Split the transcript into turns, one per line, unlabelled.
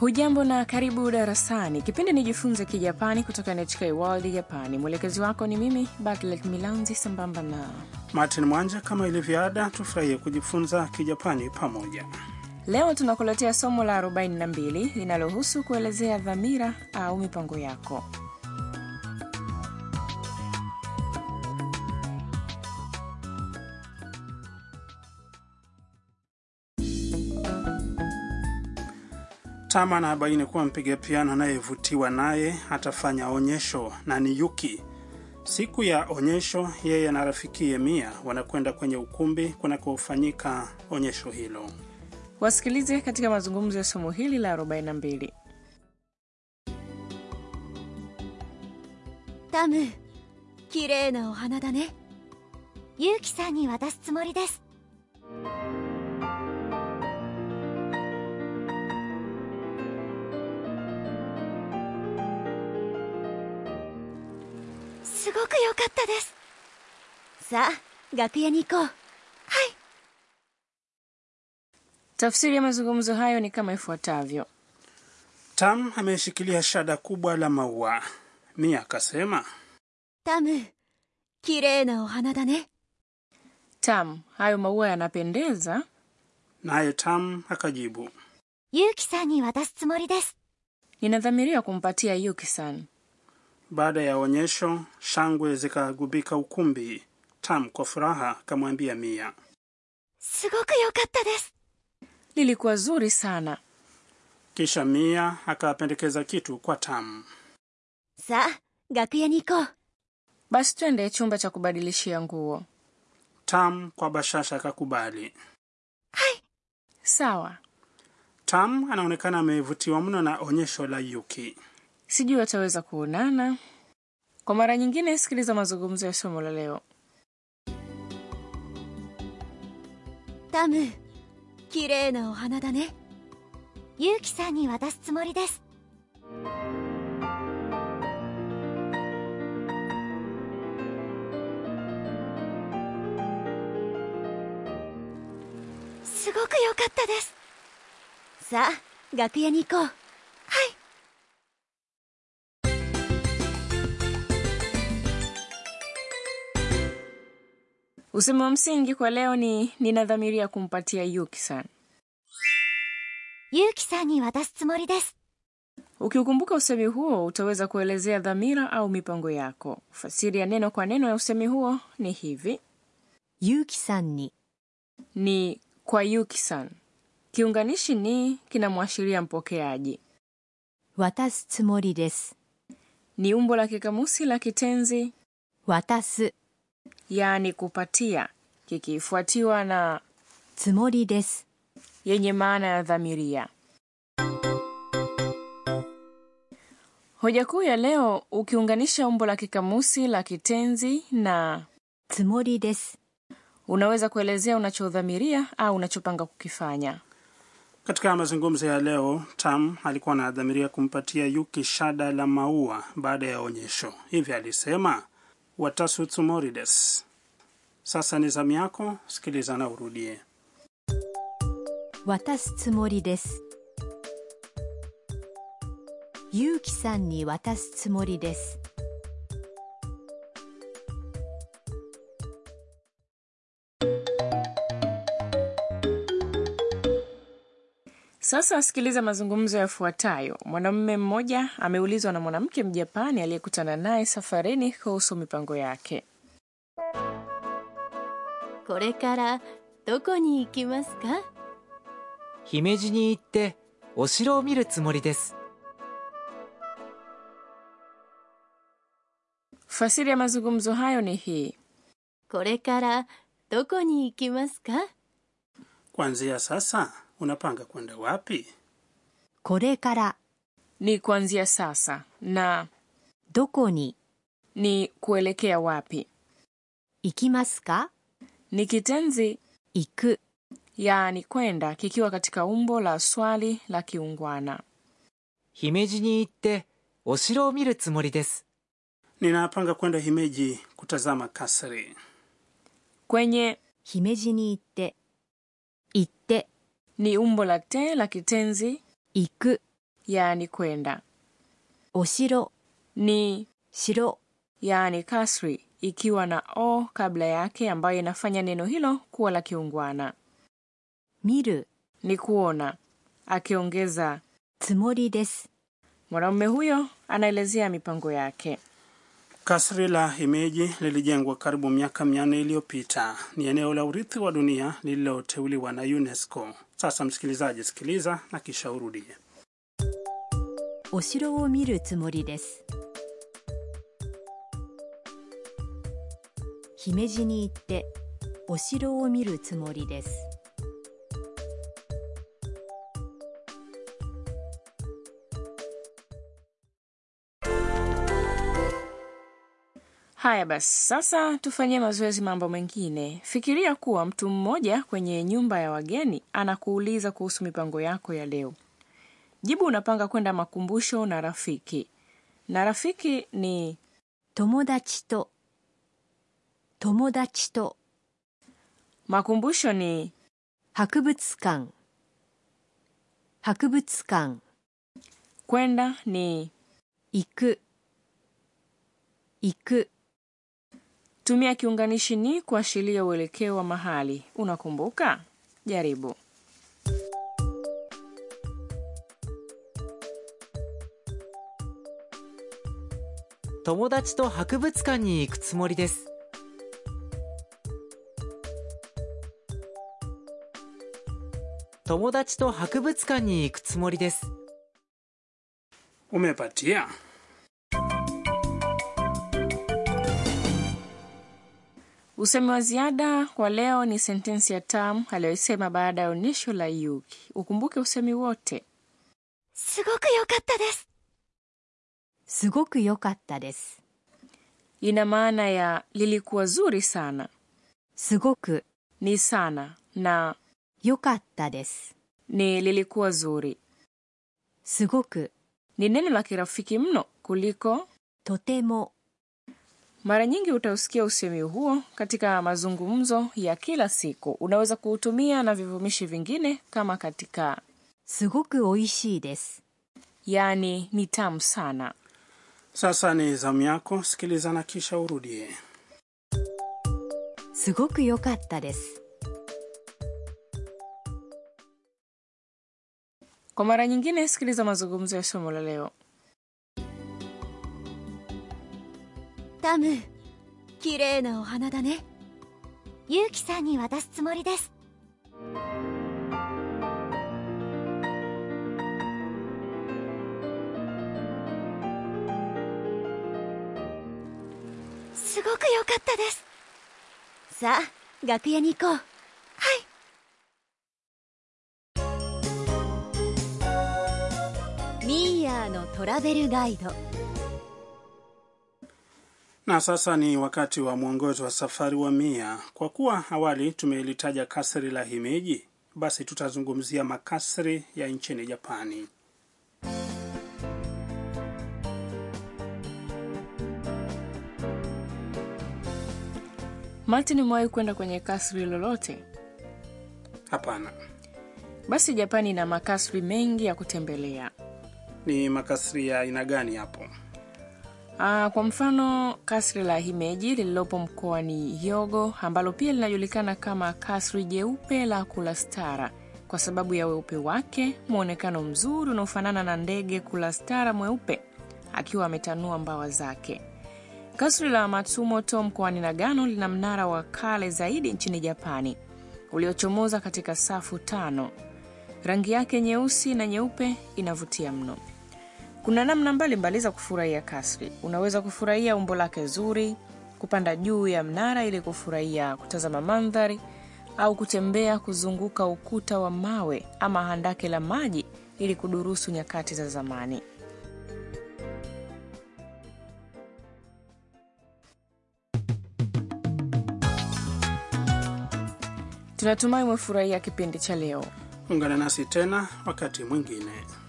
hujambo na karibu darasani kipindi nijifunze kijapani kutoka nhk world japani mwelekezi wako ni mimi bartlet milanzi sambamba na
Martin Mwanja, kama ilivyo ada, tufurahie kujifunza Kijapani pamoja.
leo tunakuletea somo la 42 linalohusu kuelezea dhamira au mipango yako
Tama anabaini kuwa mpiga piano anayevutiwa naye atafanya onyesho na ni Yuki. Siku ya onyesho, yeye na rafikiye Mia wanakwenda kwenye ukumbi kunakofanyika onyesho hilo.
wasikilize katika mazungumzo ya somo hili la 42
タム綺麗なお花だねユウキさんに渡すつもりですすごく良かったですさあ楽屋に行こうはい
tafsiri ya mazungumzo hayo ni kama ifuatavyo
Tam ameshikilia shada kubwa la maua. Mia akasema,
タム綺麗なお花だね
tam hayo maua yanapendeza
naye Tam akajibu.
ユウキさんに渡すつもりです
ninadhamiria kumpatia yukisan
Baada ya onyesho, shangwe zikagubika ukumbi. Tam kwa furaha akamwambia Mia.
すごく良かったです
lilikuwa zuri sana
Kisha Mia akapendekeza kitu kwa Tam.
さあ楽屋に行こう
basi twende chumba cha kubadilishia nguo
Tam kwa bashasha akakubali.
sawa
Tam anaonekana amevutiwa mno na onyesho la Yuki.
sijui wataweza kuonana kwa mara nyingine sikiliza mazungumzo ya somo la leo
タム綺麗なお花だねユウキさんに渡すつもりですすごく良かったですさあ楽屋に行こうはい
usemi wa msingi kwa leo ni ninadhamiria kumpatia yukisan
ユウキさんに渡すつもりです
ukiukumbuka usemi huo utaweza kuelezea dhamira au mipango yako fasiri ya neno kwa neno ya usemi huo ni hivi
ユウキさんに
ni kwa yukisan kiunganishi ni kinamwashiria mpokeaji
渡すつもりです
ni umbo la kikamusi la kitenzi
渡す
yaani kupatia kikifuatiwa na
つもりです
yenye maana ya dhamiria. Hoja kuu ya leo, ukiunganisha umbo la kikamusi la kitenzi na
つもりです
unaweza kuelezea unachodhamiria au unachopanga kukifanya.
Katika mazungumzo ya leo, Tam alikuwa anadhamiria kumpatia Yuki shada la maua baada ya onyesho, hivyo alisema watasu tsumori desu. Sasa ni zamu yako, sikiliza na urudie.
渡すつもりですゆうきさんに渡すつもりです
Sasa sikiliza mazungumzo yafuatayo. Mwanamume mmoja ameulizwa na mwanamke Mjapani aliyekutana naye safarini kuhusu mipango yake.
これからどこに行きますか
姫路に行ってお城を見るつもりです
Fasiri ya mazungumzo hayo ni hii:
これからどこに行きますか
Kuanzia sasa unapanga kwenda wapi?
これから
ni kuanzia sasa na
どこに
ni kuelekea wapi
行きますか
ni kitenzi
行く
yaani kwenda kikiwa katika umbo la swali la kiungwana
姫路に行ってお城を見るつもりです。
Ninapanga kwenda Himeji kutazama kasri.
kwenye
姫路に行って行って
ni umbo la te la kitenzi
行く
yaani kwenda
お城
ni
城
yaani kasri ikiwa na o kabla yake ambayo inafanya neno hilo kuwa la kiungwana
見る
ni kuona akiongeza
つもりです
mwanamume huyo anaelezea mipango yake
Kasri la Himeji lilijengwa karibu miaka mia nne iliyopita. Ni eneo la urithi wa dunia lililoteuliwa na UNESCO. Sasa msikilizaji, sikiliza na kisha urudie.
お城を見るつもりです姫路に行ってお城を見るつもりです
haya basi sasa tufanyie mazoezi mambo mengine fikiria kuwa mtu mmoja kwenye nyumba ya wageni anakuuliza kuhusu mipango yako ya leo jibu unapanga kwenda makumbusho na rafiki na rafiki ni
友達と友達と
makumbusho ni
博物館博物館
kwenda ni
行く行く
tumia kiunganishi ni kuashiria uelekeo wa mahali unakumbuka jaribu
友達と博物館に行くつもりです友達と博物館に行くつもりです
Umepatia?
usemi wa ziada kwa leo ni sentensi ya tam aliyoisema baada ya onyesho la yuki ukumbuke usemi wote
すごく良かったです
すごく良かったです。
ina maana ya lilikuwa zuri sana
すごく
ni sana na
良かったです。
ni lilikuwa zuri
すごく
ni neno la kirafiki mno kuliko
とても
mara nyingi utausikia usemi huo katika mazungumzo ya kila siku unaweza kuutumia na vivumishi vingine kama katika
すごく美味しいです。
yaani ni tamu sana
Sasa ni zamu yako, sikiliza na kisha urudie.
すごく良かったです。
kwa mara nyingine sikiliza mazungumzo ya somo la leo
タム綺麗なお花だねユウキさんに渡すつもりですすごく良かったですさあ楽屋に行こうはいミーヤーのトラベルガイド
Na sasa ni wakati wa mwongozo wa safari wa Mia. Kwa kuwa awali tumelitaja kasri la Himeji, basi tutazungumzia makasri ya nchini Japani.
martin umewahi kwenda kwenye kasri lolote
Hapana,
basi japani ina makasri mengi ya kutembelea
ni makasri ya aina gani hapo?
Aa, Ah, kwa mfano kasri la himeji lililopo mkoani yogo ambalo pia linajulikana kama kasri jeupe la kula stara kwa sababu ya weupe wake mwonekano mzuri unaofanana na ndege kula stara mweupe akiwa ametanua mbawa zake kasri la matsumoto mkoani nagano lina mnara wa kale zaidi nchini japani uliochomoza katika safu tano rangi yake nyeusi na nyeupe inavutia mno kuna namna mbalimbali za kufurahia kasri unaweza kufurahia umbo lake zuri kupanda juu ya mnara ili kufurahia kutazama mandhari au kutembea kuzunguka ukuta wa mawe ama handake la maji ili kudurusu nyakati za zamani tunatumai umefurahia kipindi cha leo
Ungana nasi tena wakati mwingine.